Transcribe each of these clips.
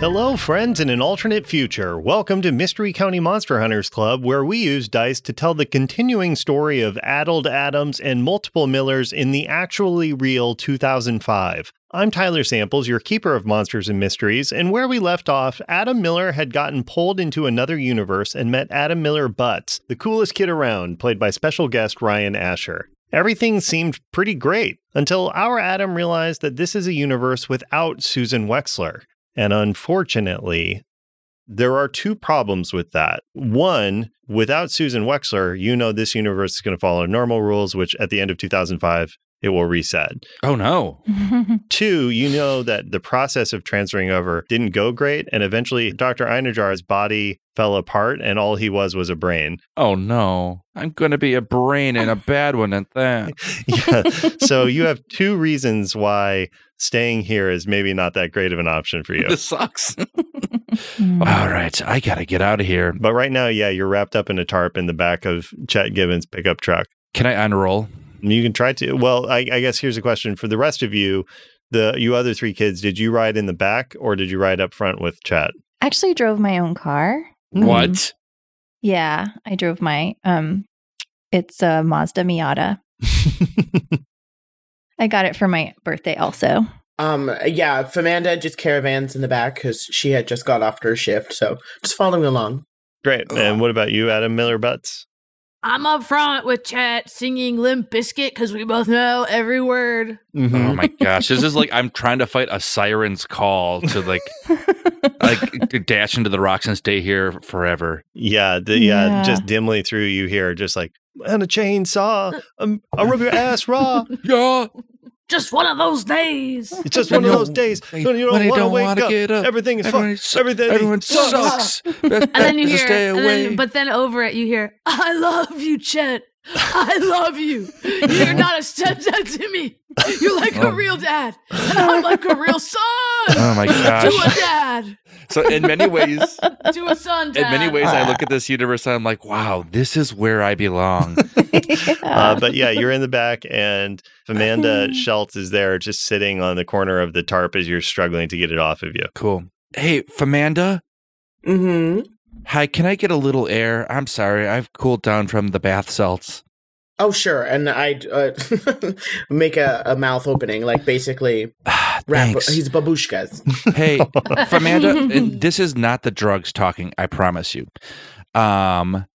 Hello, friends in an alternate future. Welcome to Mystery County Monster Hunters Club, where we use dice to tell the continuing story of Addled Adams and multiple Millers in the actually real 2005. I'm Tyler Samples, your keeper of monsters and mysteries, and where we left off, Adam Miller had gotten pulled into another universe and met Adam Miller Butts, the coolest kid around, played by special guest Ryan Asher. Everything seemed pretty great until our Adam realized that this is a universe without Susan Wexler. And unfortunately, there are two problems with that. One, without Susan Wexler, you know this universe is going to follow normal rules, which at the end of 2005, it will reset. Oh no. Two, you know that the process of transferring over didn't go great. And eventually, Dr. Einerjar's body fell apart, and all he was was a brain. Oh no. I'm going to be a brain and a bad one at that. yeah. So you have two reasons why staying here is maybe not that great of an option for you. This sucks. All right. I got to get out of here. But right now, yeah, you're wrapped up in a tarp in the back of Chet Gibbons' pickup truck. Can I unroll? You can try to. Well, I, I guess here's a question for the rest of you. The you other three kids, did you ride in the back or did you ride up front with Chet? Actually, drove my own car. Mm-hmm. What? Yeah, I drove my um, it's a Mazda Miata. I got it for my birthday also. Um, yeah, Famanda just caravans in the back because she had just got off her shift, so just following along. Great. And what about you, Adam Miller Butts? I'm up front with chat singing Limp Biscuit because we both know every word. Mm-hmm. Oh my gosh. This is like I'm trying to fight a siren's call to like like dash into the rocks and stay here forever. Yeah, the, yeah, Yeah. Just dimly through you hear, just like and a chainsaw. Um, I'll rub your ass raw. Yeah. Just one of those days. It's just one of those days when you don't want to wake up. Everything is fucked. Everything sucks. And then you hear, and then, but then over it you hear, "I love you, Chet. I love you. You're not a stepdad to me. You're like a real dad, and I'm like a real son oh my to a gosh. dad, So in many ways, to a son in dad." many ways I look at this universe and I'm like, wow, this is where I belong. Uh, but yeah, you're in the back, and Amanda Schultz is there, just sitting on the corner of the tarp as you're struggling to get it off of you. Cool. Hey, Famanda, Mm-hmm. hi, can I get a little air? I'm sorry, I've cooled down from the bath salts. Oh, sure. And I uh, make a, a mouth opening, like basically Ah, rap. Thanks. He's babushkas. hey, Famanda, and this is not the drugs talking, I promise you. Um,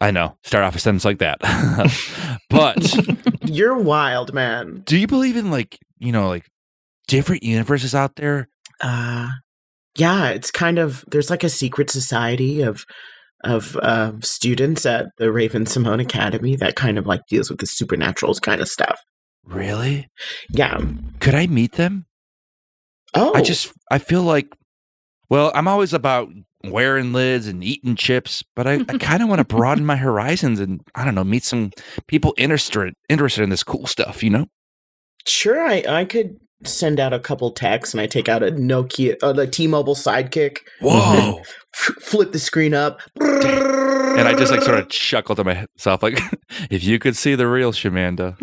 I know, start off a sentence like that. but You're wild, man. do you believe in like, you know, like different universes out there? Uh, yeah, it's kind of there's like a secret society of of uh, students at the Raven Simone Academy that kind of like deals with the supernatural kind of stuff. Really? Yeah. Could I meet them? Oh, I just I feel like well, I'm always about wearing lids and eating chips, but I, I kind of want to broaden my horizons and I don't know, meet some people interested interested in this cool stuff, you know? Sure, I, I could send out a couple texts and I take out a Nokia, uh, the T-Mobile Sidekick, Whoa. f- flip the screen up, and I just like sort of chuckle to myself like if you could see the real Shamanda.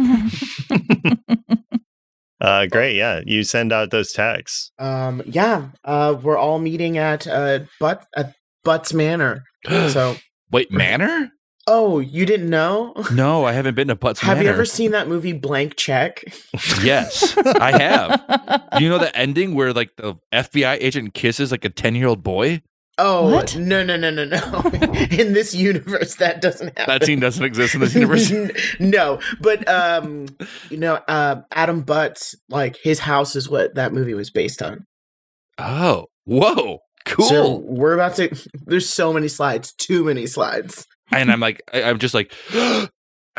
Uh, great, yeah. You send out those texts. Um, yeah, uh, we're all meeting at uh, Butt at Butts Manor. So, Wait, manor? oh, you didn't know? No, I haven't been to Butts Have Manor. you ever seen that movie Blank Check? Yes, I have. you know the ending where like the FBI agent kisses like a 10-year-old boy? Oh What? no no no no no! in this universe, that doesn't happen. That scene doesn't exist in this universe. N- no, but um, you know, uh, Adam Butts, like his house is what that movie was based on. Oh, Whoa, cool. So we're about to. There's so many slides, too many slides. and I'm like, I, I'm just like, I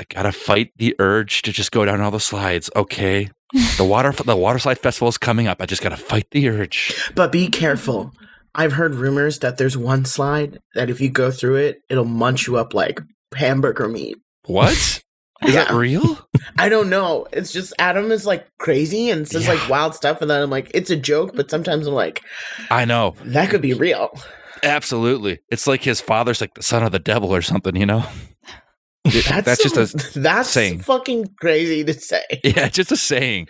gotta fight the urge to just go down all the slides. Okay, the water, the water slide festival is coming up. I just gotta fight the urge. But be careful. I've heard rumors that there's one slide that if you go through it, it'll munch you up like hamburger meat. What is that Yeah. real? I don't know. It's just Adam is like crazy and says Yeah. like wild stuff, and then I'm like, it's a joke. But sometimes I'm like, I know, that could be real. absolutely. It's like his father's like the son of the devil or something. You know, It- That's that's just a some- that's saying. fucking crazy to say. yeah, just a saying.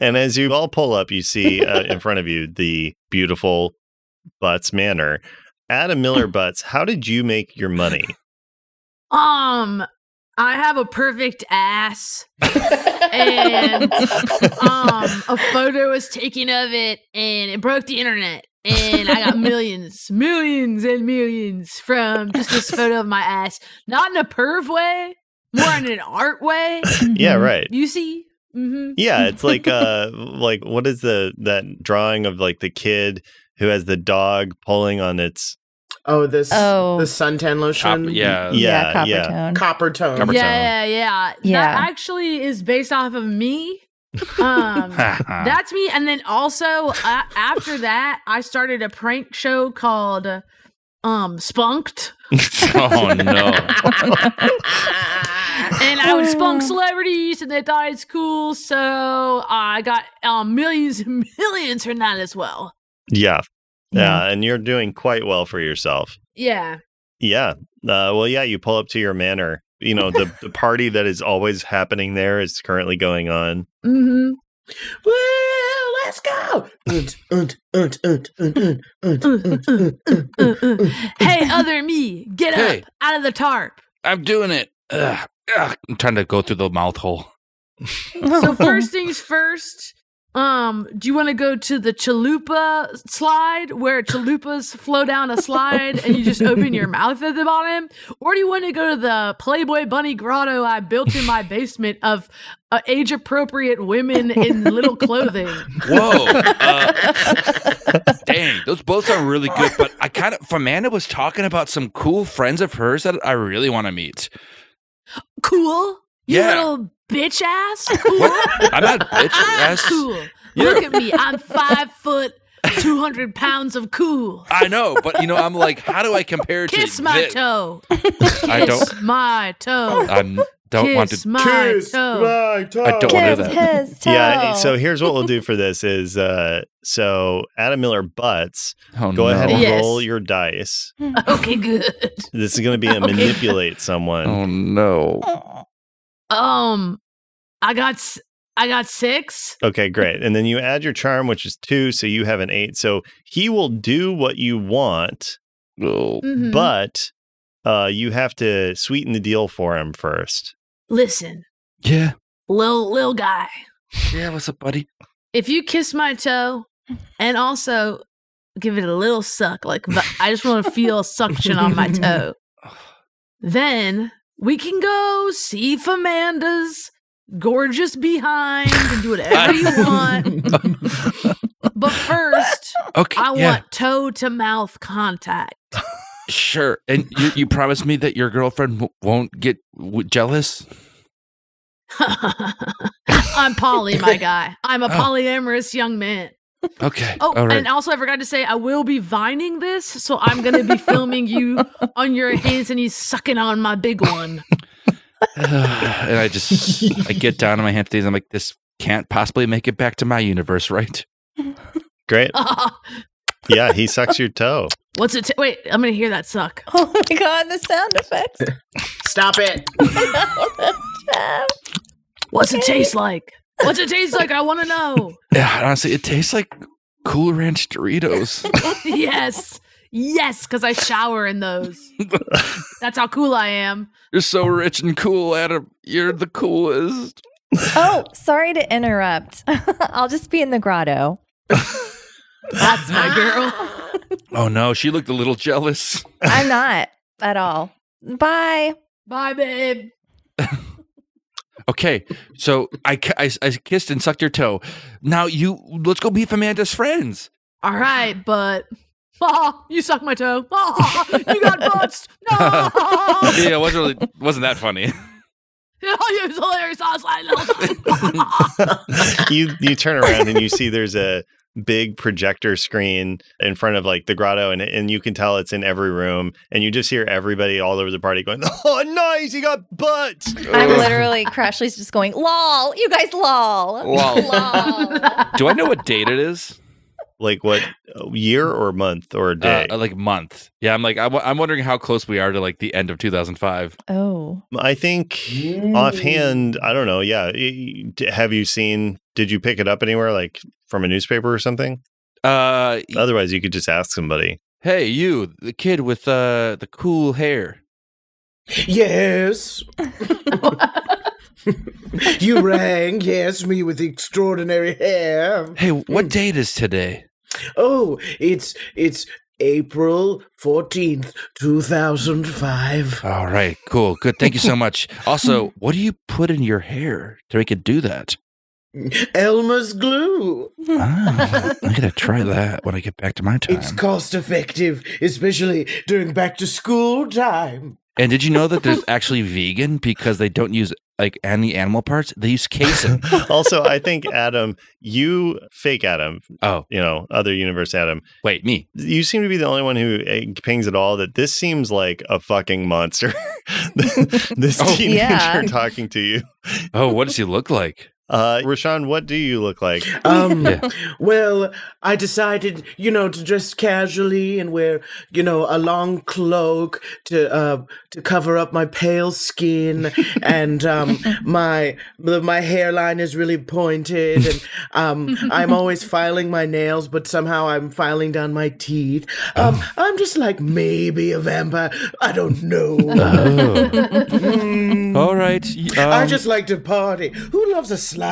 And as you all pull up, you see uh, in front of you the beautiful Butts Manor. Adam Miller Butts, how did you make your money? Um, I have a perfect ass, and um, a photo was taken of it, and it broke the internet, and I got millions, millions, and millions from just this photo of my ass. Not in a perv way, more in an art way. Yeah, right. You see? Mm-hmm. Yeah, it's like uh like what is the that drawing of like the kid who has the dog pulling on its Oh, this Oh. the suntan lotion. Cop- yeah, yeah, copper yeah. tone. copper tone. Copper- Yeah, yeah, yeah. Yeah. That actually is based off of me. Um, Ah. That's me. And then also uh, after that, I started a prank show called uh, um Spunked, oh no. and I would spunk Oh. celebrities, and they thought it's cool. So I got um, millions and millions from that as well. Yeah. Yeah. Yeah, and you're doing quite well for yourself. Yeah, Yeah. Uh, well, yeah, you pull up to your manor. You know, the, the party that is always happening there is currently going on. mm-hmm. Woo, let's go. Unt, unt, unt, unt, unt, unt, unt, unt, unt, unt, Uh, unt. uh. hey, other me, get Hey. up out of the tarp. I'm doing it. Ugh. Ugh. I'm trying to go through the mouth hole. So first things first. Um, do you want to go to the chalupa slide where chalupas flow down a slide and you just open your mouth at the bottom? Or do you want to go to the Playboy Bunny grotto I built in my basement of uh, age appropriate women in little clothing? Whoa. Uh, dang, those both are really good. But I kind of, Amanda was talking about some cool friends of hers that I really want to meet. Cool? You Yeah. little bitch ass? Cool? What? I'm not bitch I'm ass. cool. Look at me. I'm five foot, 200 pounds of cool. I know, but you know, I'm like, how do I compare Kiss to my thi- toe. I don't, Kiss my toe. I don't want Kiss to. my Kiss toe. my toe. I don't wanna do Kiss that. his toe. Yeah. So here's what we'll do for this is uh, so Adam Miller butts. Oh, Go no. ahead and Yes. roll your dice. Okay, good. This is going to be a Okay. manipulate someone. Oh, no. Um, I got s- I got six. Okay, great. And then you add your charm, which is two, so you have an eight. So he will do what you want, Oh. Mm-hmm. Mhm. but uh, you have to sweeten the deal for him first. listen, Yeah. lil lil guy, Yeah. What's up, buddy? if you kiss my toe, and also give it a little suck, like but I just want to feel suction on my toe, then we can go see Famanda's gorgeous behind and do whatever you want. But first, Okay. I yeah, want toe to mouth contact. Sure. And you, you promised me that your girlfriend w- won't get w- jealous? I'm poly, my guy. I'm a Oh. polyamorous young man. Okay. Oh, All right. and also I forgot to say I will be vining this, so I'm gonna be filming you on your hands and he's sucking on my big one. and I just I get down on my hands and I'm like, this can't possibly make it back to my universe, right? Great. Oh. Yeah, he sucks your toe. What's it? T- wait, I'm gonna hear that suck. Oh my god, the sound effects. Stop it. What's it taste like? What's it taste like? I want to know. Yeah, and honestly, it tastes like Cool Ranch Doritos. yes, yes, because I shower in those. That's how cool I am. You're so rich and cool, Adam. You're the coolest. oh, sorry to interrupt. I'll just be in the grotto. That's my girl. Oh no, she looked a little jealous. I'm not at all. Bye. Bye, babe. Okay, so I, ki- I, I kissed and sucked your toe. Now you let's go be Amanda's friends. all right, but ah, you suck my toe. Ah, you got butts. No. yeah, it wasn't really wasn't that funny. it was hilarious. I was like, you you turn around and you see there's a big projector screen in front of like the grotto and and you can tell it's in every room and you just hear everybody all over the party going oh nice you got butts I'm literally Crashly's just going, lol, you guys lol. Lol. Lol. Do I know what date it is? like what year or month or day Uh, like month. Yeah, I'm like I w- I'm wondering how close we are to like the end of 2005. Oh. I think mm. offhand I don't know yeah Y- y- have you seen did you pick it up anywhere like from a newspaper or something Uh, otherwise you could just ask somebody hey, you, the kid with uh the cool hair. Yes. you rang, yes, me with extraordinary hair. Hey, what date is today? Oh, it's it's April 14th, 2005. All right, cool, good. Thank you so much. Also, what do you put in your hair to make it do that? Elmer's glue. Ah, I'm gonna try that when I get back to my time. It's cost effective, especially during back to school time. and did you know that there's actually vegan because they don't use like any animal parts? They use casein. also I think Adam you fake Adam oh, you know other universe Adam wait, me. you seem to be the only one who eh, pings at all that this seems like a fucking monster. this Oh. teenager Yeah. talking to you. Oh, what does he look like? Uh, Rashawn, what do you look like? Um, Yeah. well, I decided, you know, to dress casually and wear, you know, a long cloak to uh, to cover up my pale skin, and um, my my hairline is really pointed, and um, I'm always filing my nails, but somehow I'm filing down my teeth. Um, I'm just like maybe a vampire. I don't know. Oh. Mm. All right. y- I um, just like to party. Who loves a slide?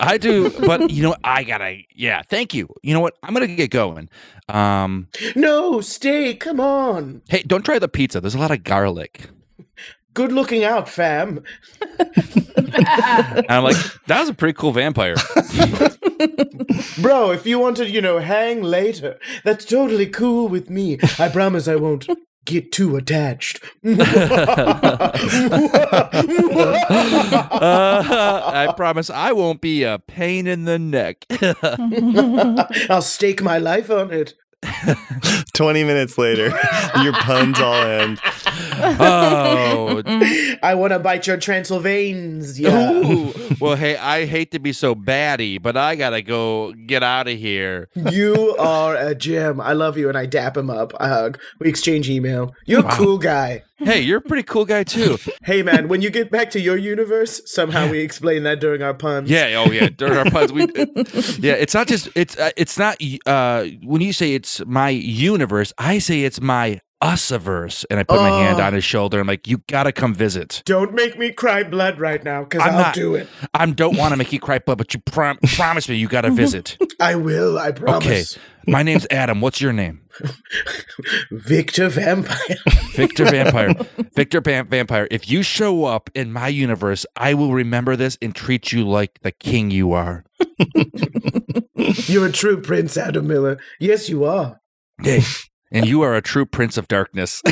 I do, but you know, what? I gotta, yeah, thank you. You know what? I'm gonna get going. Um, No, stay. Come on. hey, don't try the pizza. There's a lot of garlic. Good looking out, fam. And I'm like, that was a pretty cool vampire. Bro, if you want to, you know, hang later, that's totally cool with me. I promise I won't get too attached. Mm, Uh, I promise I won't be a pain in the neck. I'll stake my life on it. 20 minutes later, your puns all end. Oh, I want to bite your Transylvanians. Yeah. ooh. well, hey, I hate to be so batty, but I gotta go get out of here. you are a gem. I love you, and I dap him up. I hug. We exchange email. You're a cool guy. Hey, you're a pretty cool guy too. Hey, man, when you get back to your universe, somehow we explain that during our puns. Yeah. Oh, yeah. During our puns, we. Yeah, it's not just it's uh, it's not uh when you say it's my universe, I say it's my usiverse, and I put my hand Oh. on his shoulder. I'm like, you gotta come visit. Don't make me cry blood right now, because I'm I'll not- do it. I don't want to make you cry, but but you prom- promise me you gotta visit. I will, I Okay. promise. My name's Adam. What's your name? Victor Vampire. Victor Vampire. Victor Vam- Vampire. If you show up in my universe, I will remember this and treat you like the king you are. You're a true prince, Adam Miller. Yes, you are. Hey. And you are a true prince of darkness.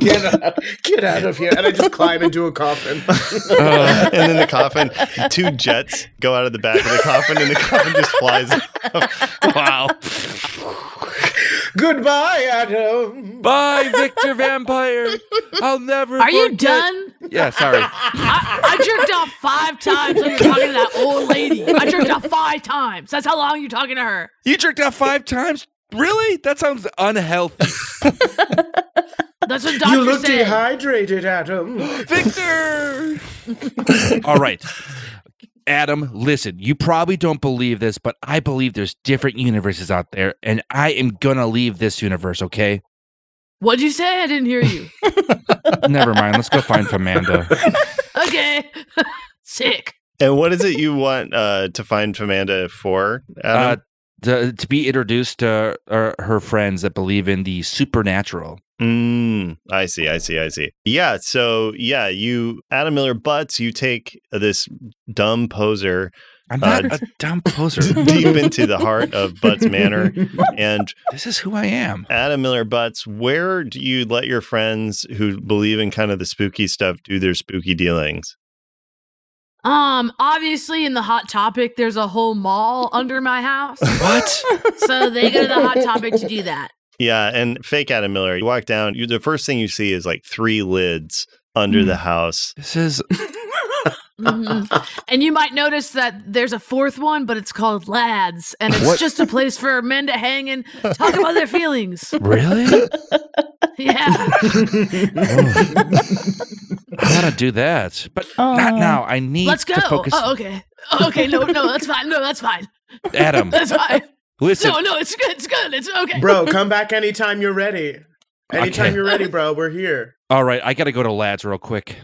Get out, get out of here. And I just climb into a coffin. Oh. And then the coffin, two jets go out of the back of the coffin, and the coffin just flies. wow. Goodbye, Adam. Bye, Victor Vampire. I'll never. Are you forget- done? Yeah, sorry. I, I jerked off five times when you're talking to that old lady. I jerked off five times. That's how long you're talking to her. You jerked out five times. Really? That sounds unhealthy. That's what You doctors look say. dehydrated, Adam. Victor. All right. Adam, listen, you probably don't believe this, but I believe there's different universes out there, and I am gonna leave this universe, okay? What'd you say? I didn't hear you. Never mind. Let's go find Famanda. Okay. Sick. And what is it you want uh, to find Famanda for, Uh, Adam? to, to be introduced to uh, her friends that believe in the supernatural. Mm, I see, I see, I see. Yeah, so yeah, you Adam Miller butts, you take this dumb poser I'm not a dumb poser. Uh, deep into the heart of Butts Manor. And this is who I am. Adam Miller Butts, where do you let your friends who believe in kind of the spooky stuff do their spooky dealings? Um, obviously in the Hot Topic, there's a whole mall under my house. What? So they go to the Hot Topic to do that. Yeah, and fake Adam Miller. You walk down, you, the first thing you see is like three lids under the house. This is Mhm. And you might notice that there's a fourth one, but it's called Lads, and it's What? just a place for men to hang and talk about their feelings. really. Yeah. I want to do that, but not Oh. now. I need Uh, Let's go. to focus. Oh, okay. Oh, okay. No, no, that's fine. No, that's fine. Adam, That's fine. listen. No, no, it's good. It's good. It's okay. bro, come back anytime you're ready. Anytime Okay. you're ready, bro. We're here. All right, I got to go to lads real quick.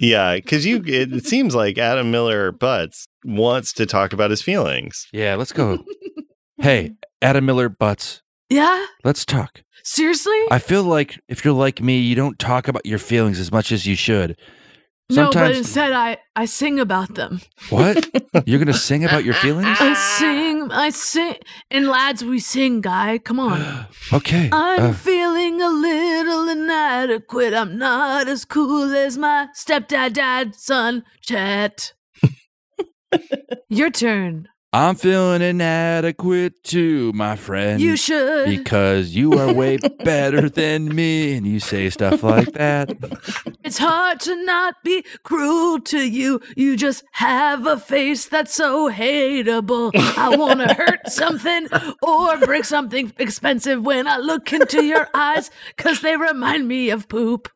Yeah, because you it, it seems like Adam Miller Butts wants to talk about his feelings. Yeah, let's go. hey, Adam Miller butts. Yeah. Let's talk. Seriously? I feel like if you're like me, you don't talk about your feelings as much as you should. no, but Sometimes- instead I I sing about them. What? you're gonna sing about your feelings? I sing. I sing. And lads, we sing. Guy, come on. okay. I'm uh, feeling a little inadequate. I'm not as cool as my stepdad, dad, son, Chet. Your turn. I'm feeling inadequate too, my friend. you should. because you are way better than me, and you say stuff like that. It's hard to not be cruel to you. You just have a face that's so hateable. I want to hurt something or break something expensive when I look into your eyes because they remind me of poop.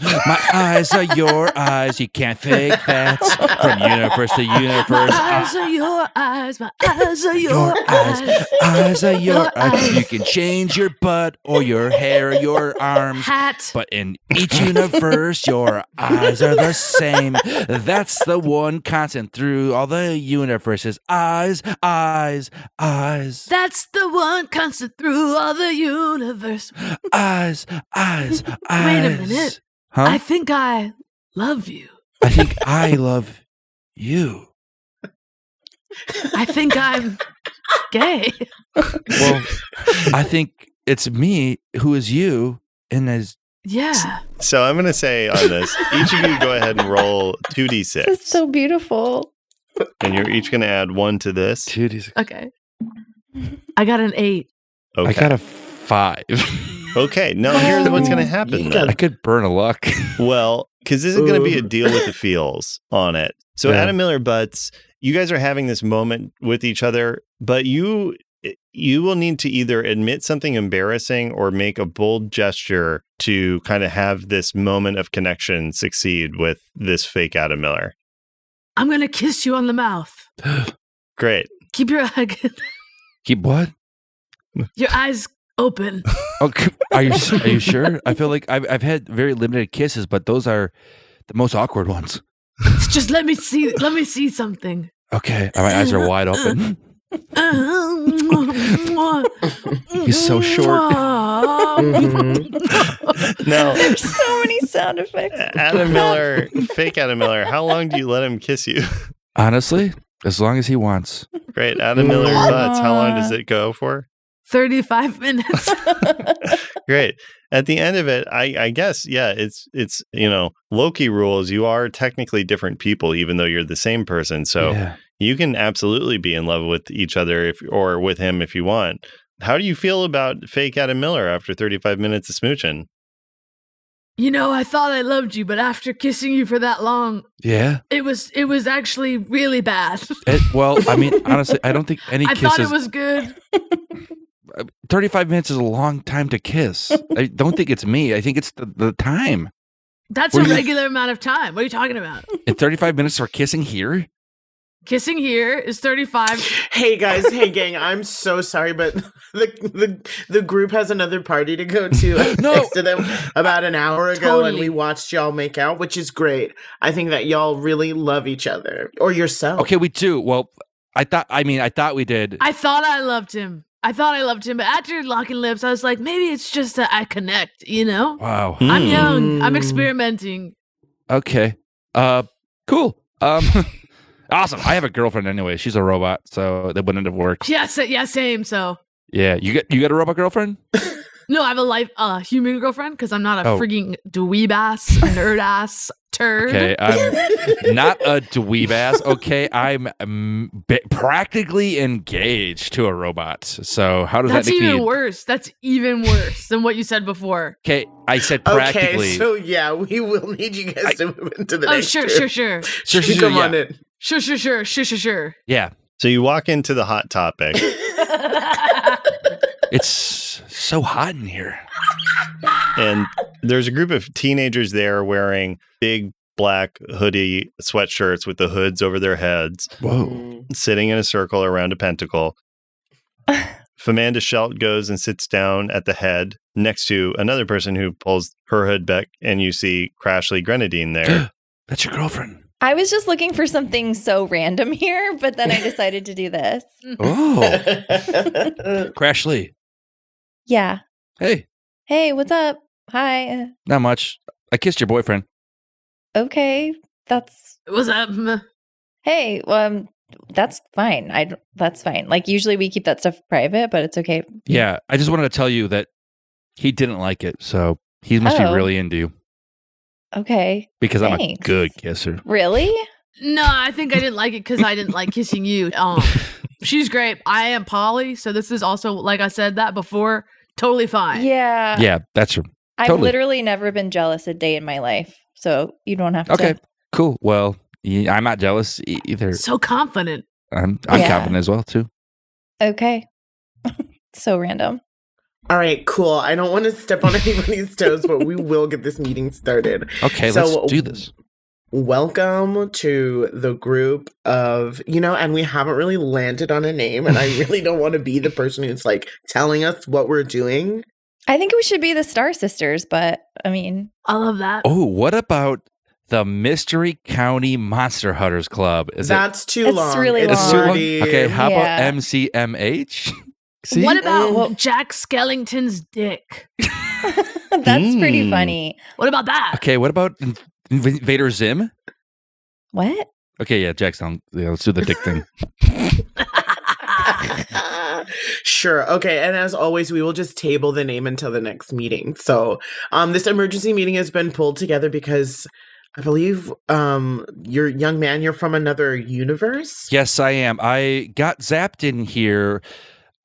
My eyes are your eyes. You can't fake that. From universe to My universe. eyes are your eyes. My eyes are your, ah, your eyes. eyes. Eyes are your Your eyes. eyes. You can change your butt or your hair or your arms. Hat. But in each universe, your eyes are the same. That's the one constant through all the universes. Eyes, eyes, eyes, That's the one constant through all the universe. eyes, eyes, eyes. a minute. Huh? I think I love you. I think I love you. I think I'm gay. Well, I think it's me who is you and is Yeah. So I'm going to say on this, each of you go ahead and roll two d This is six, so beautiful. and you're each going to add one to this. titties. Okay. I got an eight. I Okay. got a five. okay. No, here's what's going to happen. You Then. I could burn a luck. Well, because this is going to be a Ooh. deal with the feels on it. So Yeah. Adam Miller butts. You guys are having this moment with each other, but you eh, you will need to either admit something embarrassing or make a bold gesture to kind of have this moment of connection succeed with this fake Adam Miller. I'm gonna kiss you on the mouth. Great. Keep your Keep what? your eyes open. Okay. Oh, Are you are you sure? I feel like I've I've had very limited kisses, but those are the most awkward ones. Just let me see. Let me see something. Okay, my eyes are wide open. He's so short. Mm-hmm. Now, There's so many sound effects. Adam Miller, fake Adam Miller, how long do you let him kiss you? Honestly, as long as he wants. Great. Adam Miller butts. How long does it go for? Thirty-five minutes. Great. At the end of it, I, I guess, yeah, it's it's you know, Loki rules you are technically different people, even though you're the same person. So yeah. you can absolutely be in love with each other if or with him if you want. How do you feel about fake Adam Miller after 35 minutes of smooching? You know, I thought I loved you, but after kissing you for that long, Yeah. it was it was actually really bad. It- well, I mean, honestly, I don't think any I thought it kisses. was good. Thirty-five minutes is a long time to kiss. I don't think it's me. I think it's the, the time. That's What a do you- regular amount of time. What are you talking about? In thirty-five minutes for kissing here. Kissing here is thirty-five. Hey guys, hey gang. I'm so sorry, but the the the group has another party to go to. I No. texted them about an hour ago, and Totally. we watched y'all make out, which is great. I think that y'all really love each other or yourself. Okay, we do. Well, I thought. I mean, Oh. I thought we did. I thought I loved him. I thought I loved him, but after locking lips, I was like, maybe it's just that I connect. You know. wow. I'm Hmm. young. I'm Mm. experimenting. Okay. Uh cool. Um Awesome. I have a girlfriend anyway. She's a robot, so that wouldn't have worked. Yeah, sa- yeah, same. So Yeah, you got you got a robot girlfriend? no, I have a life uh human girlfriend because I'm not a Oh. freaking dweeb ass, nerd ass turd. Okay, Mm-hmm. I'm not a dweeb ass. Okay, I'm um, ba- practically engaged to a robot. So how does That's that make even me? worse. That's even worse than what you said before. Okay, I said practically. Okay, so yeah, we will need you guys I- to move into the Oh, next sure, group. sure, sure. Sure, sure, Come sure, on yeah. in. Sure, sure, sure, sure, sure, sure. yeah, So you walk into the hot topic. it's so hot in here. and there's a group of teenagers there wearing big black hoodie sweatshirts with the hoods over their heads, Whoa. sitting in a circle around a pentacle. Famanda Schelt goes and sits down at the head next to another person who pulls her hood back, and you see Crashly Grenadine there. That's your girlfriend. I was just looking for something so random here, but then I decided to do this. Oh, Crash Lee. Yeah. Hey, Hey, what's up? Hi. not much. I kissed your boyfriend. Okay. That's What's up? mm, hey. Um, that's fine. I d- that's fine. Like usually we keep that stuff private, but it's okay. Yeah, I just wanted to tell you that he didn't like it, so he must Oh. be really into you Okay. because I'm a Thanks. good kisser. Really? No, I think I didn't like it because I didn't like kissing you. Um, she's great. I am Polly, so this is also like I said that before. Totally fine. Yeah. yeah, that's your I've totally. literally never been jealous a day in my life, so you don't have Okay, to. cool. Well, y- I'm not jealous e- either. So confident. I'm I'm Yeah. confident as well too. Okay. so random. All right, cool. I don't want to step on anybody's toes, but we will get this meeting started. Okay, So- let's do this. Welcome to the group of, you know, and we haven't really landed on a name, and I really don't want to be the person who's like telling us what we're doing. I think we should be the Star Sisters, but I mean, I love that. Oh, what about the Mystery County Monster Hunters Club? Is that That's too It's long. really it's that's too long? already- Okay, how Yeah. about MCMH? See, What about Mm. Jack Skellington's dick? that's pretty Hmm. Mm. funny. What about that? okay, what about Inv- Invader Zim? What? Okay, yeah, Jackson. Yeah, let's do the dick thing. sure. Okay. And as always, we will just table the name until the next meeting. So, um, this emergency meeting has been pulled together because I believe um, your young man, you're from another universe. Yes, I am. I got zapped in here.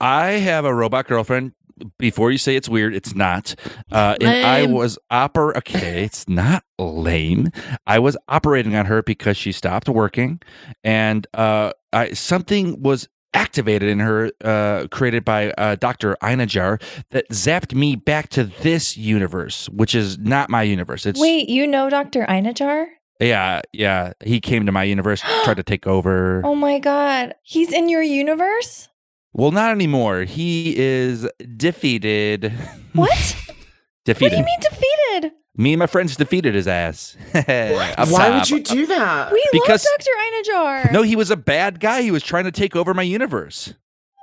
I have a robot girlfriend. Before you say it's weird, it's not. Uh, and I Lame. was oper. Okay, it's not lame. I was operating on her because she stopped working, and uh, I, something was activated in her, uh, created by uh, Doctor Inajar, that zapped me back to this universe, which is not my universe. It's Wait, you know Dr. Inajar? yeah, yeah. He came to my universe, tried to take over. Oh my god. He's in your universe? Well, not anymore. He is defeated. What? what do defeated. you mean defeated? Me and my friends defeated his ass. Up Why top. would you do that? We Uh, because- love Dr. Inajar. No, he was a bad guy. He was trying to take over my universe.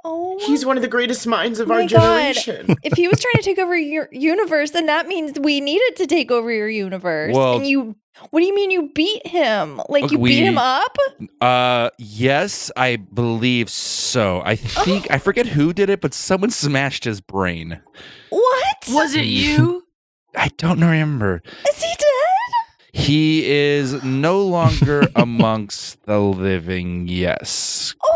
oh, He's one of the greatest minds of My our God. generation. if he was trying to take over your universe, then that means we needed to take over your universe. Well- and you what do you mean you beat him? Like Okay, you beat him we- up? Uh, yes, I believe so. I think Oh. I forget who did it, but someone smashed his brain. What? Was it you? I don't remember. Is he dead? He is no longer amongst the living. Yes. Oh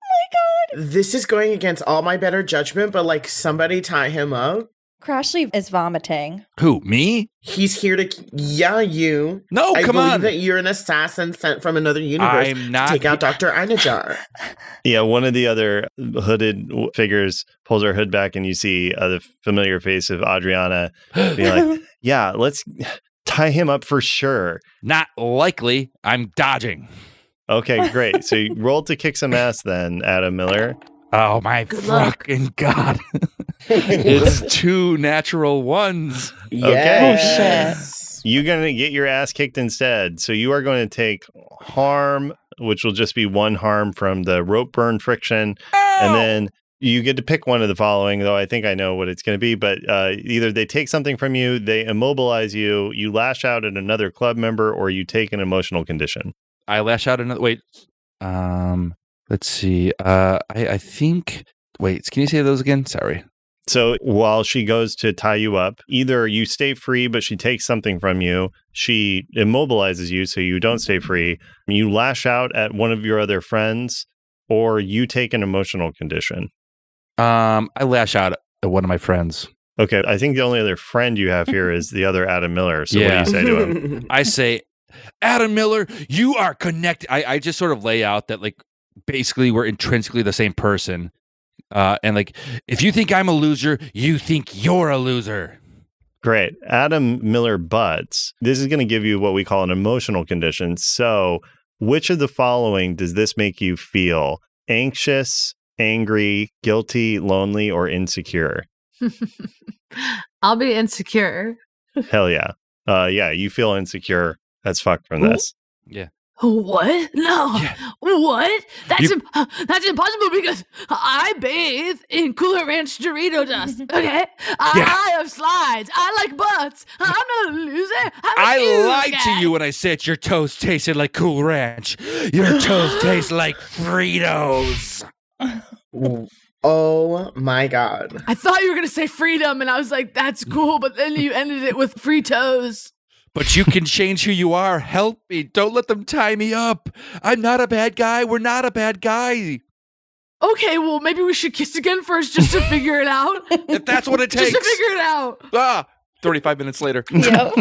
my god. this is going against all my better judgment, but like somebody tie him up. Crashly is vomiting. Who? Me? He's here to, yeah, you. No, I Oh, come believe on. that you're an assassin sent from another universe I'm to not take out Dr. Inajar. Yeah, one of the other hooded w- figures pulls her hood back, and you see uh, the familiar face of Adriana being like, Yeah, let's tie him up for sure. Not likely. I'm dodging. Okay, great. So you rolled to kick some ass then, Adam Miller. Oh my Good luck. fucking god. it's two natural ones. Yes. You're going to get your ass kicked instead. So you are going to take harm, which will just be one harm from the rope burn friction. Oh. And then you get to pick one of the following, though I think I know what it's going to be. But uh, either they take something from you, they immobilize you, you lash out at another club member, or you take an emotional condition. I lash out another. Wait, um, let's see. Uh, I, I think. Wait, can you say those again? Sorry. So while she goes to tie you up, either you stay free, but she takes something from you. She immobilizes you, so you don't stay free. You lash out at one of your other friends, or you take an emotional condition. Um, I lash out at one of my friends. Okay, I think the only other friend you have here is the other Adam Miller. So Yeah. what do you say to him? I say, Adam Miller, you are connected. I, I just sort of lay out that like basically we're intrinsically the same person. Uh, and like if you think I'm a loser, you think you're a loser. Great. Adam Miller butts. This is going to give you what we call an emotional condition. So, which of the following does this make you feel? Anxious, angry, guilty, lonely, or insecure? I'll be insecure. Hell yeah. Uh, yeah, you feel insecure as fuck from this. What? No. Yeah. What? That's You- im- that's impossible because I bathe in Cooler Ranch Dorito dust. Okay. I, Yeah. I have slides. I like butts. I'm not a loser. I'm a cute I lied guy. to you when I said your toast tasted like Cool Ranch. Your toast tastes like Fritos. oh my god. I thought you were gonna say freedom, and I was like, "That's cool," but then you ended it with free toes. But you can change who you are. Help me. Don't let them tie me up. I'm not a bad guy. We're not a bad guy. Okay, well, maybe we should kiss again first, just to figure it out. If that's what it Just takes. to figure it out. ah, 35 minutes later. Yep.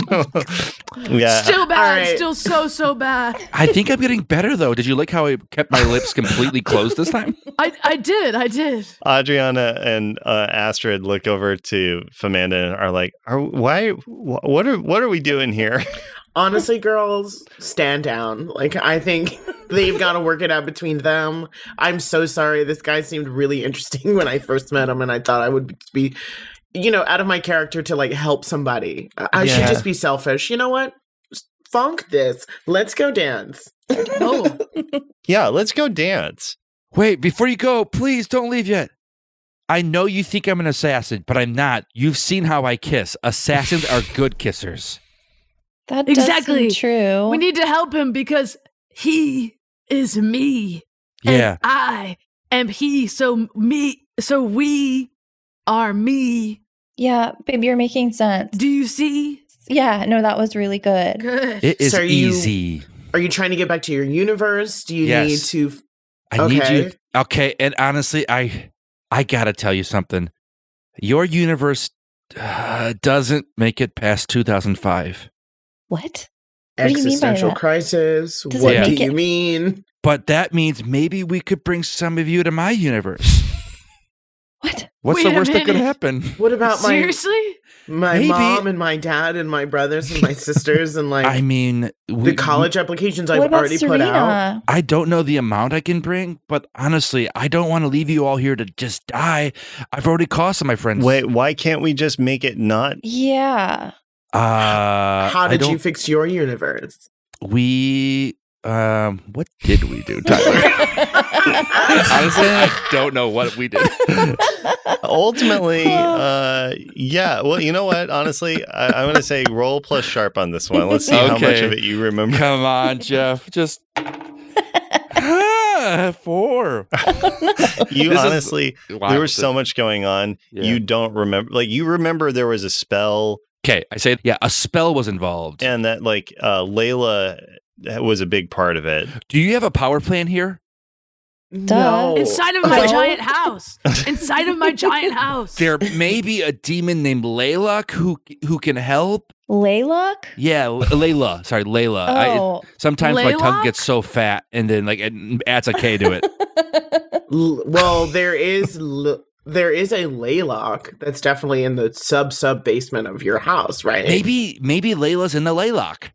yeah. still bad. right. Still so so bad. I think I'm getting better though. Did you like how I kept my lips completely closed this time? I I did. I did. Adriana and uh, Astrid look over to Famanda and are like, are, "Why? wh- What are what are we doing here?" Honestly, girls, stand down. Like I think they've got to work it out between them. I'm so sorry. This guy seemed really interesting when I first met him, and I thought I would be, you know, out of my character to like help somebody. I I should Yeah. just be selfish. You know what? Funk this. Let's go dance. Oh, yeah, let's go dance. Wait, before you go, please don't leave yet. I know you think I'm an assassin, but I'm not. You've seen how I kiss. Assassins are good kissers. That Exactly. exactly true. we need to help him because he is me. and Yeah. I am he. So me. So we are me. yeah, babe, you're making sense. Do you see? Yeah, no, that was really good. Good. It is So you- easy. Are you trying to get back to your universe? Do you Yes. need to? f- I need you. Okay. Okay, and honestly, I I gotta tell you something. Your universe uh, doesn't make it past 2005, What? What do you mean by Existential that? crisis. Does it what do make you it- mean? but that means maybe we could bring some of you to my universe. What? What's Wait the a worst that could minute. happen? What about my Seriously? my Maybe- mom and my dad and my brothers and my sisters and like I mean, the we, college applications I've what about already put out? Serena? I don't know the amount I can bring, but honestly, I don't want to leave you all here to just die. I've already cost some of my friends. Wait, why can't we just make it not? Yeah. uh, How I did you don't- fix your universe? we? Um, what did we do, Tyler? honestly, I don't know what we did. Ultimately, uh, yeah. Well, you know what? Honestly, I, I'm going to say roll plus sharp on this one. Let's see how much Okay. of it you remember. Come on, Jeff. Just four. You This is- honestly, there was so much going on. Yeah. You don't remember. Like you remember there was a spell okay. I say, yeah, a spell was involved. and that like uh, Layla was a big part of it. Do you have a power plan here? Duh. Inside of my Oh. giant house. Inside of my giant house. There may be a demon named Layla who who can help. Layla? Yeah, L- Layla. Sorry, Layla. Uh, I, Oh. sometimes my tongue Laylock? gets so fat, and then like it adds a K to it. L- well, there is l- there is a laylock that's definitely in the sub sub basement of your house, right? maybe maybe Layla's in the Laylock.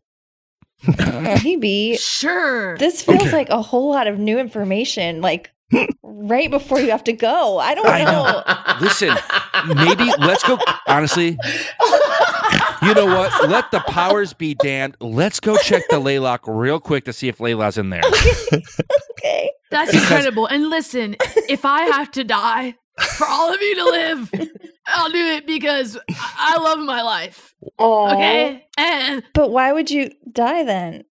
Maybe. Sure. This feels like a whole lot of new information, like right before you have to go. I don't know. I know. Listen, Maybe let's go. Honestly, you know what? Let the powers be damned. Let's go check the Laylock real quick to see if Layla's in there. Okay. That's incredible. And listen, if I have to die for all of you to live, I'll do it because I I love my life. Aw. Okay? And But why would you die then?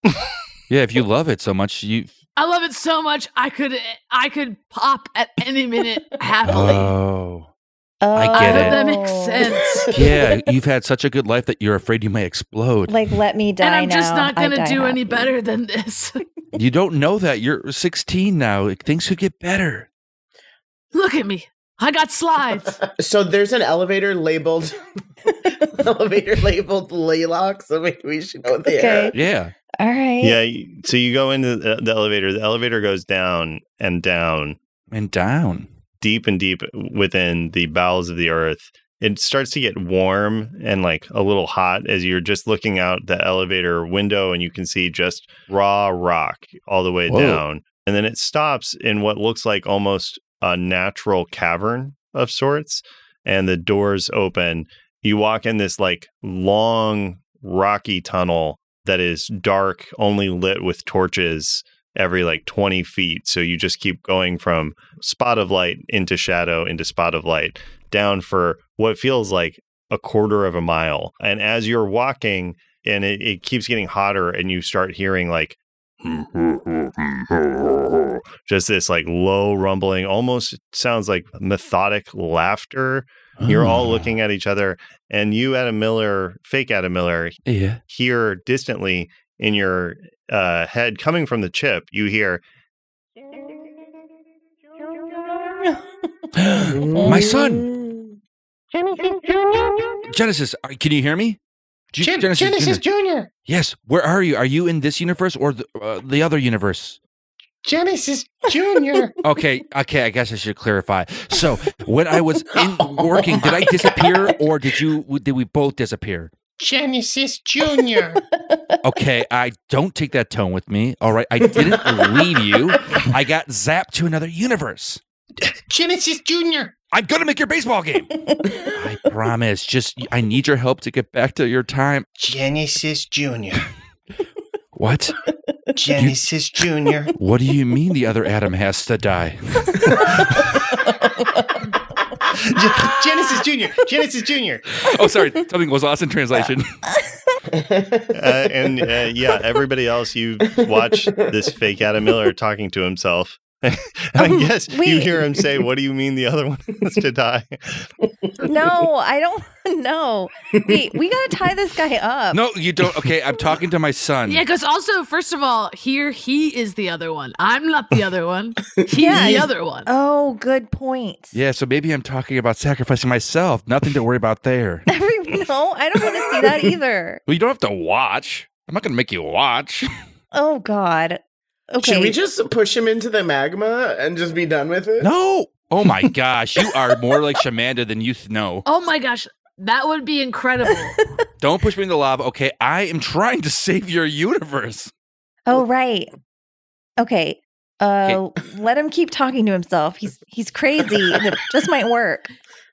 Yeah, if you love it so much, you I love it so much. I could I could pop at any minute happily. Oh. Oh, I get it. That makes sense. Yeah, you've had such a good life that you're afraid you may explode. Like, let me die. and I'm just now. not I going to die do any happy. better than this. You don't know that. You're 16 now. Like, Things could get better. Look at me. I got slides. So there's an elevator labeled elevator labeled Laylock, so maybe we should go there. Okay. Yeah. All right. Yeah. y- So you go into the, uh, the elevator. The elevator goes down and down, And down. deep and deep within the bowels of the earth. It starts to get warm and like a little hot as you're just looking out the elevator window and you can see just raw rock all the way Whoa. down. And then it stops in what looks like almost a natural cavern of sorts. And the doors open. You walk in this like long, rocky tunnel that is dark, only lit with torches every like 20 feet. So you just keep going from spot of light into shadow into spot of light down for what feels like a quarter of a mile. And as you're walking and it, it keeps getting hotter and you start hearing like just this like low rumbling, almost sounds like methodic laughter. You're all Ah. looking at each other and you Adam Miller, fake Adam Miller, Yeah. hear distantly in your uh, head coming from the chip, you hear My son, Jimmy Jr. Genesis, are- can you hear me? Ju- Jim, Genesis Jr. Jr. Yes. Where are you? Are you in this universe or the, uh, the other universe? Genesis Jr. Okay. Okay. I guess I should clarify. So when I was in working, did I disappear or did you? Did we both disappear? Genesis Jr. Okay, I don't take that tone with me. All right, I didn't leave you. I got zapped to another universe. Genesis Jr. I'm gonna make your baseball game. I promise. Just I need your help to get back to your time. Genesis Jr. What? Genesis Jr. What do you mean the other Adam has to die? Uh, Genesis Jr. Genesis Jr. Oh, sorry, something was lost in translation. uh, and uh, yeah, everybody else, you watch this fake Adam Miller talking to himself. and I Um, guess you wait. hear him say, What do you mean the other one has to die? No, I don't know. Wait, we gotta tie this guy up. No, you don't. Okay, I'm talking to my son. yeah, because also, first of all, here he is the other one. I'm not the other one. He's Yeah, the he's- other one. Oh, good point. Yeah, so maybe I'm talking about sacrificing myself. Nothing to worry about there. Every, no, I don't want to see that either. Well, you don't have to watch. I'm not gonna make you watch. Oh God. Okay. Should we just push him into the magma and just be done with it? No. Oh my gosh, you are more like Shamanda than you th- know. Oh my gosh, that would be incredible. Don't push me in the lava. Okay, I am trying to save your universe. oh right. Okay. Uh, let him keep talking to himself. He's he's crazy. and it just might work.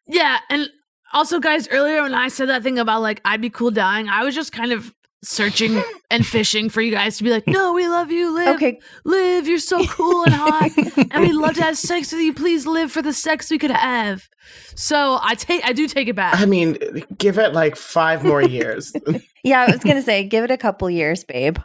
yeah, and also, guys, earlier when I said that thing about like I'd be cool dying, I was just kind of searching and fishing for you guys to be like, "No, we love you, live, Okay. live. You're so cool and hot, and we'd love to have sex with you. Please live for the sex we could have." So I take, I do take it back. I mean, give it like five more years. Yeah, I was gonna say, give it a couple years, babe.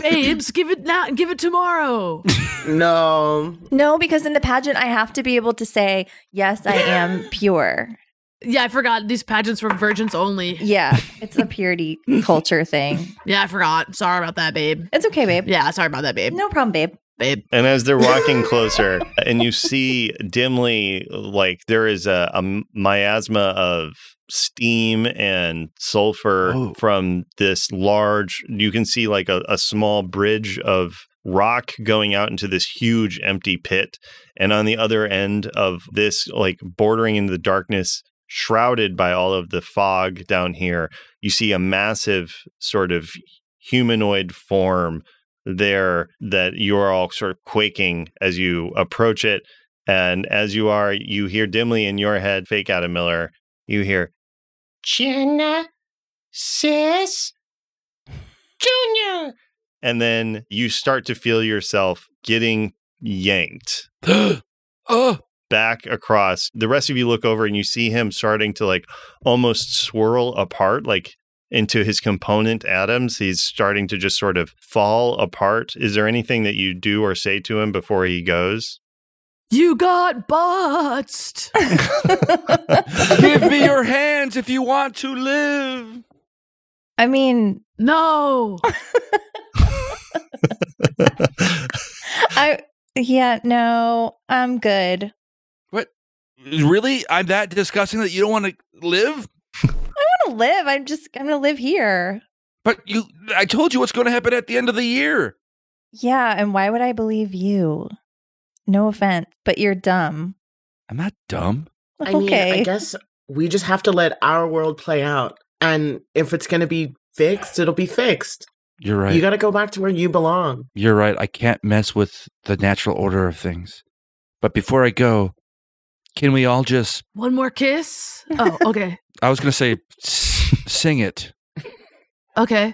babes give it now give it tomorrow no. No, because in the pageant, I have to be able to say, yes, I am pure. yeah i forgot these pageants were virgins only Yeah, it's a purity culture thing. yeah i forgot sorry about that babe It's okay, babe. yeah sorry about that babe No problem, babe. babe And as they're walking closer, and you see dimly, like there is a, a miasma of steam and sulfur Oh. from this large, you can see like a, a small bridge of rock going out into this huge empty pit. And on the other end of this, like bordering into the darkness, shrouded by all of the fog down here, you see a massive sort of humanoid form there that you are all sort of quaking as you approach it. And as you are, you hear dimly in your head, fake Adam Miller, you hear, Genesis Jr. and then you start to feel yourself getting yanked oh, back across. The rest of you look over and you see him starting to like almost swirl apart, like into his component atoms. He's starting to just sort of fall apart. Is there anything that you do or say to him before he goes? You got botched. Give me your hands if you want to live. I mean, No. I yeah, no, I'm good. Really? I'm that disgusting that you don't want to live? I want to live. I'm just I'm gonna live here. But you I told you what's going to happen at the end of the year. Yeah, and why would I believe you? No offense, but you're dumb. I'm not dumb. I mean, okay. I guess we just have to let our world play out. And if it's going to be fixed, it'll be fixed. You're right. You got to go back to where you belong. You're right. I can't mess with the natural order of things. But before I go, can we all just One more kiss. Oh, okay. I was going to say s- sing it. Okay.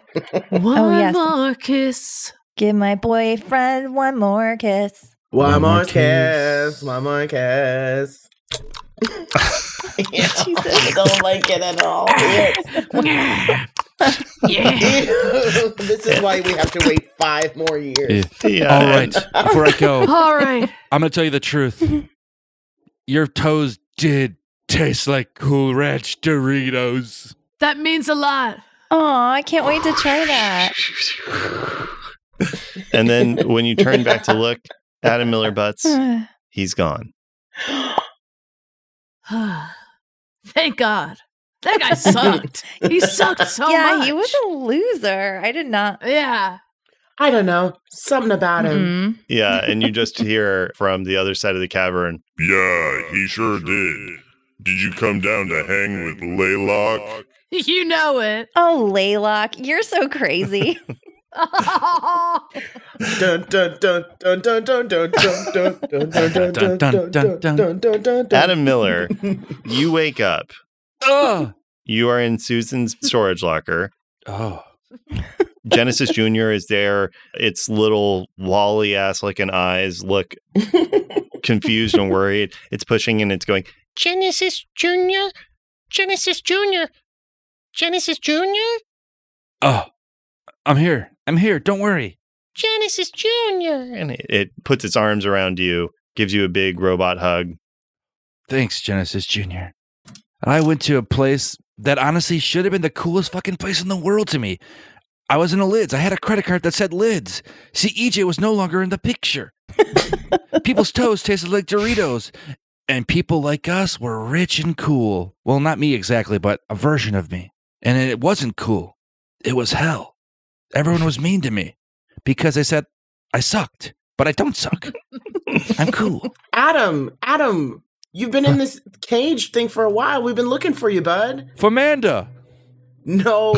One Oh, yes. more kiss. Give my boyfriend one more kiss. One, One more more kiss. kiss. One more kiss. Jesus. don't like it at all. yeah. this is why we have to wait five more years. Yeah. All right. Before I go, All right. I'm going to tell you the truth. Your toes did taste like Cool Ranch Doritos. That means a lot. Aw, I can't wait to Oh, try that. And then when you turn back to look, Adam Miller Butts, Oh, he's gone. Thank God. That guy sucked. he sucked so yeah, much. he was a loser. I did not. Yeah. I don't know. Something about him. Mm-mm. Yeah. And you just hear from the other side of the cavern, Yeah, he sure did. Did you come down to hang with Laylock? You know it. Oh, Laylock, you're so crazy. Dun, dun, dun, dun, dun, dun, dun, dun, dun, dun, dun, dun, dun, dun, dun, dun, dun, dun, dun. Adam Miller, you wake up. Ugh. You are in Susan's storage locker. Oh. Genesis Jr. is there. Its little Wally ass looking eyes look confused and worried. It's pushing and it's going, Genesis Junior, Genesis Junior, Genesis Junior, Oh. I'm here. I'm here. Don't worry. Genesis Junior. and it, it puts its arms around you, gives you a big robot hug. Thanks, Genesis Jr. I went to a place that honestly should have been the coolest fucking place in the world to me. I was in a lids. I had a credit card that said lids. See, EJ was no longer in the picture. People's toes tasted like Doritos. And people like us were rich and cool. Well, not me exactly, but a version of me. And it wasn't cool. It was hell. Everyone was mean to me because they said I sucked, but I don't suck. I'm cool. Adam, Adam, you've been in this cage thing for a while. We've been looking for you, bud. Famanda. No,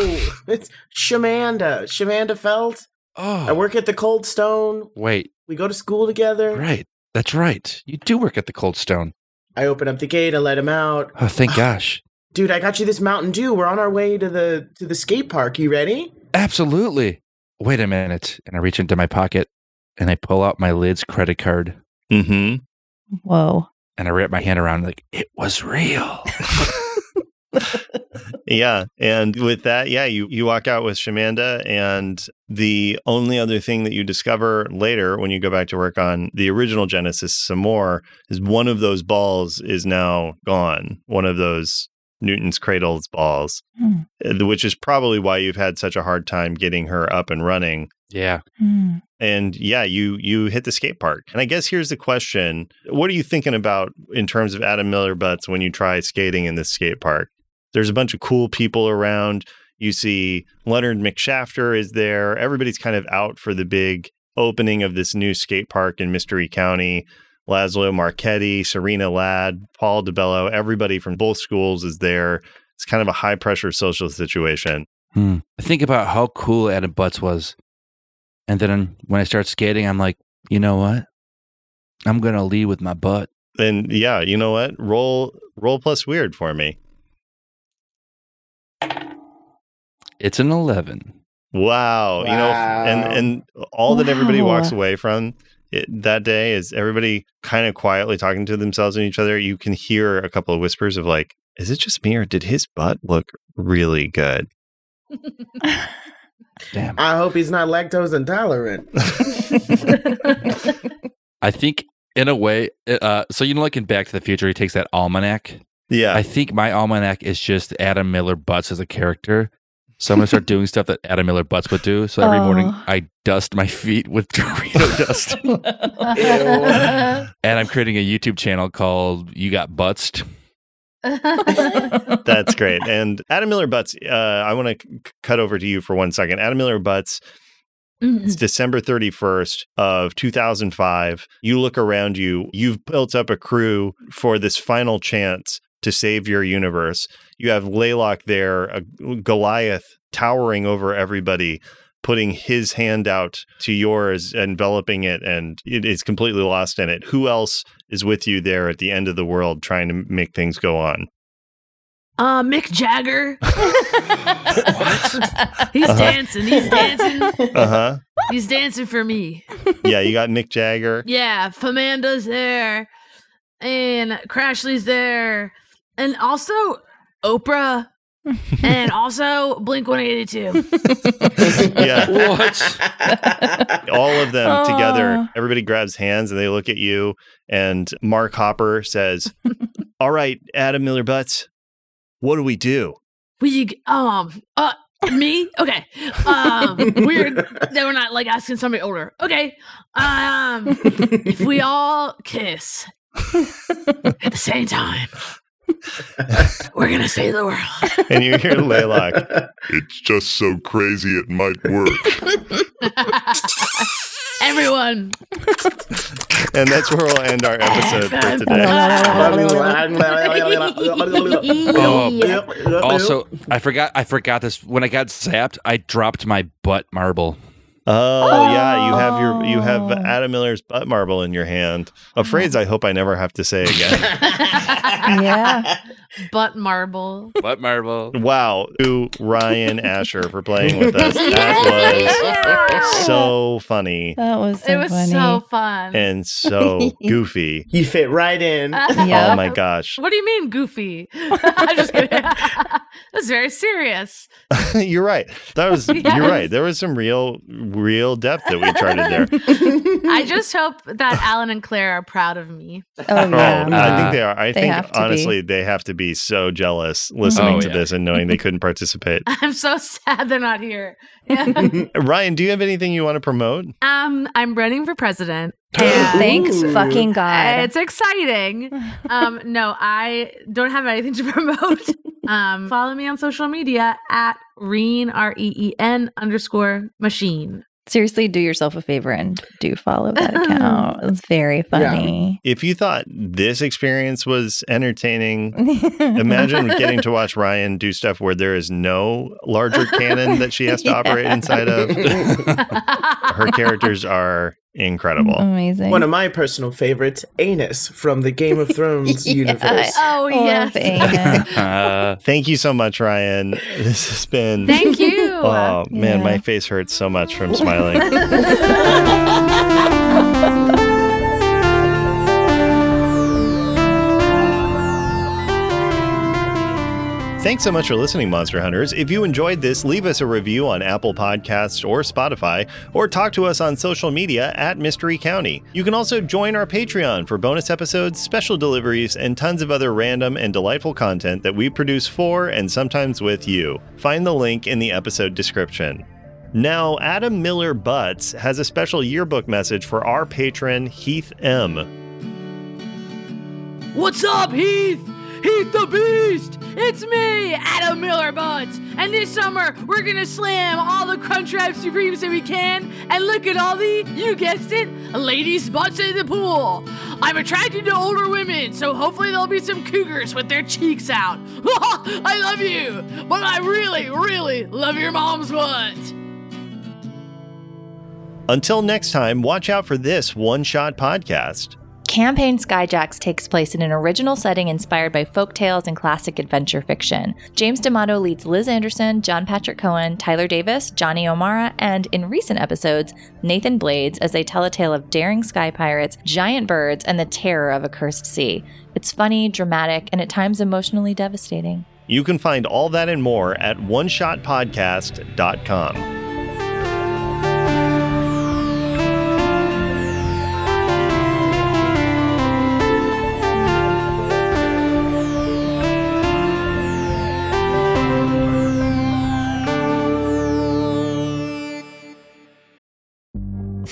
it's Shamanda. Shamanda Felt. Oh. I work at the Cold Stone. Wait, We go to school together. right. That's right. You do work at the Cold Stone. I open up the gate. I let him out. Oh, thank gosh. Dude, I got you this Mountain Dew. We're on our way to the to the skate park. You ready? Absolutely. Wait a minute. And I reach into my pocket and I pull out my Lids credit card Mm-hmm. Whoa. and I wrap my hand around like it was real. Yeah. And with that, yeah, you, you walk out with Shamanda. And the only other thing that you discover later when you go back to work on the original Genesis some more is one of those balls is now gone. One of those Newton's Cradles balls, Hmm. uh, which is probably why you've had such a hard time getting her up and running. yeah. Hmm. and yeah you you hit the skate park and i guess here's the question what are you thinking about in terms of adam miller butts when you try skating in this skate park there's a bunch of cool people around you see leonard mcshafter is there everybody's kind of out for the big opening of this new skate park in mystery county laszlo marchetti serena ladd paul debello everybody from both schools is there it's kind of a high pressure social situation Hmm. I think about how cool Adam Butts was. And then when I start skating, I'm like, you know what? I'm going to lead with my butt. and yeah you know what roll roll plus weird for me It's an 11. Wow. You know, f- Wow. and and all that everybody Wow. walks away from it, that day is everybody kind of quietly talking to themselves and each other. You can hear a couple of whispers of like, is it just me or did his butt look really good? Damn. I hope he's not lactose intolerant. I think in a way, uh, so you know, like in Back to the Future, he takes that almanac. Yeah. I think my almanac is just Adam Miller Butts as a character. So I'm gonna start doing stuff that Adam Miller Butts would do. So every morning Oh. I dust my feet with Dorito dust, and I'm creating a YouTube channel called "You Got Butzed." That's great. And Adam Miller Butts, uh, I want to c- cut over to you for one second. Adam Miller Butts, it's December 31st of 2005. You look around you, you've built up a crew for this final chance to save your universe. You have Laylock there, a Goliath towering over everybody. Putting his hand out to yours, enveloping it, and it is completely lost in it. Who else is with you there at the end of the world trying to make things go on? Uh, Mick Jagger. What? He's Uh-huh. dancing. He's dancing. Uh He's dancing for me. huh. Yeah, you got Mick Jagger. Yeah, Famanda's there, and Crashly's there, and also Oprah, and also Blink One Eighty Two. yeah, What? all of them Aw. together. Everybody grabs hands and they look at you. And Mark Hopper says, "All right, Adam Miller Butts, what do we do?" We um uh me okay um weird that we're not like asking somebody older. Okay, um if we all kiss at the same time, we're gonna save the world. And you hear Laylock. It's just so crazy it might work. Everyone, And that's where we'll end our episode for today. Also, I forgot. I forgot this when I got zapped. I dropped my butt marble. Oh yeah, you have your you have Adam Miller's butt marble in your hand. A phrase I hope I never have to say again. Yeah. butt marble. Butt marble. Wow, to Ryan Asher for playing with us. That was so funny. That was so it was funny. so fun. and so goofy. You fit right in. Yeah. Oh my gosh. What do you mean goofy? I'm just kidding. That's very serious. you're right. That was Yes. you're right. There was some real real depth that we charted there. I just hope that Alan and Claire are proud of me. Oh yeah. oh, I think they are. I They have think to honestly they have to be so jealous listening Oh, to yeah. this and knowing they couldn't participate. I'm so sad they're not here. Ryan, do you have anything you want to promote? um, I'm running for president. Yeah. Thanks Ooh. fucking God. It's exciting. Um, no, I don't have anything to promote. Um, follow me on social media at Reen R E E N underscore machine. Seriously, do yourself a favor and do follow that account. It's very funny. If you thought this experience was entertaining, imagine getting to watch Ryan do stuff where there is no larger canon that she has to Yeah. operate inside of. Oh, Her characters are incredible. Amazing. One of my personal favorites, Anus from the Game of Thrones Yeah. universe. oh yes. Love Anna. Uh, Thank you so much, Ryan. This has been. Thank you. Oh man, Yeah. my face hurts so much from smiling. Thanks so much for listening, Monster Hunters. If you enjoyed this, leave us a review on Apple Podcasts or Spotify, or talk to us on social media at Mystery County. You can also join our Patreon for bonus episodes, special deliveries, and tons of other random and delightful content that we produce for and sometimes with you. Find the link in the episode description. Now, Adam Miller Butts has a special yearbook message for our patron, Heath M. What's up, Heath? Heath the Beast! It's me, Adam Miller Buds! And this summer, we're gonna slam all the Crunchwrap Supremes that we can and look at all the, you guessed it, ladies' butts in the pool! I'm attracted to older women, so hopefully there'll be some cougars with their cheeks out. I love you! But I really, really love your mom's butt! Until next time, watch out for this one shot podcast. Campaign Skyjacks takes place in an original setting inspired by folk tales and classic adventure fiction. James D'Amato leads Liz Anderson, John Patrick Cohen, Tyler Davis, Johnny O'Mara, and in recent episodes, Nathan Blades as they tell a tale of daring sky pirates, giant birds, and the terror of a cursed sea. It's funny, dramatic, and at times emotionally devastating. You can find all that and more at oneshotpodcast.com.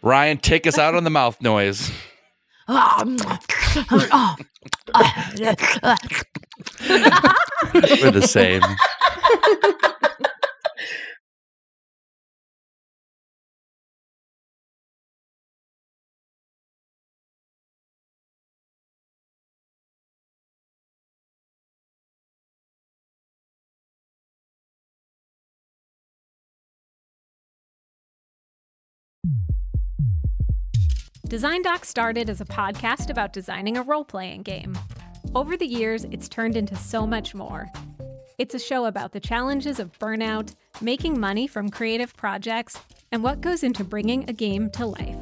Ryan, take us out on the mouth noise. Ah, We're the same. Design Doc started as a podcast about designing a role playing game. Over the years, it's turned into so much more. It's a show about the challenges of burnout, making money from creative projects, and what goes into bringing a game to life.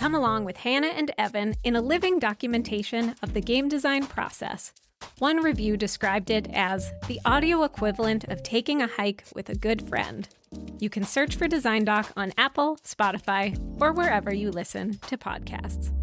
Come along with Hannah and Evan in a living documentation of the game design process. One review described it as the audio equivalent of taking a hike with a good friend. You can search for Design Doc on Apple, Spotify, or wherever you listen to podcasts.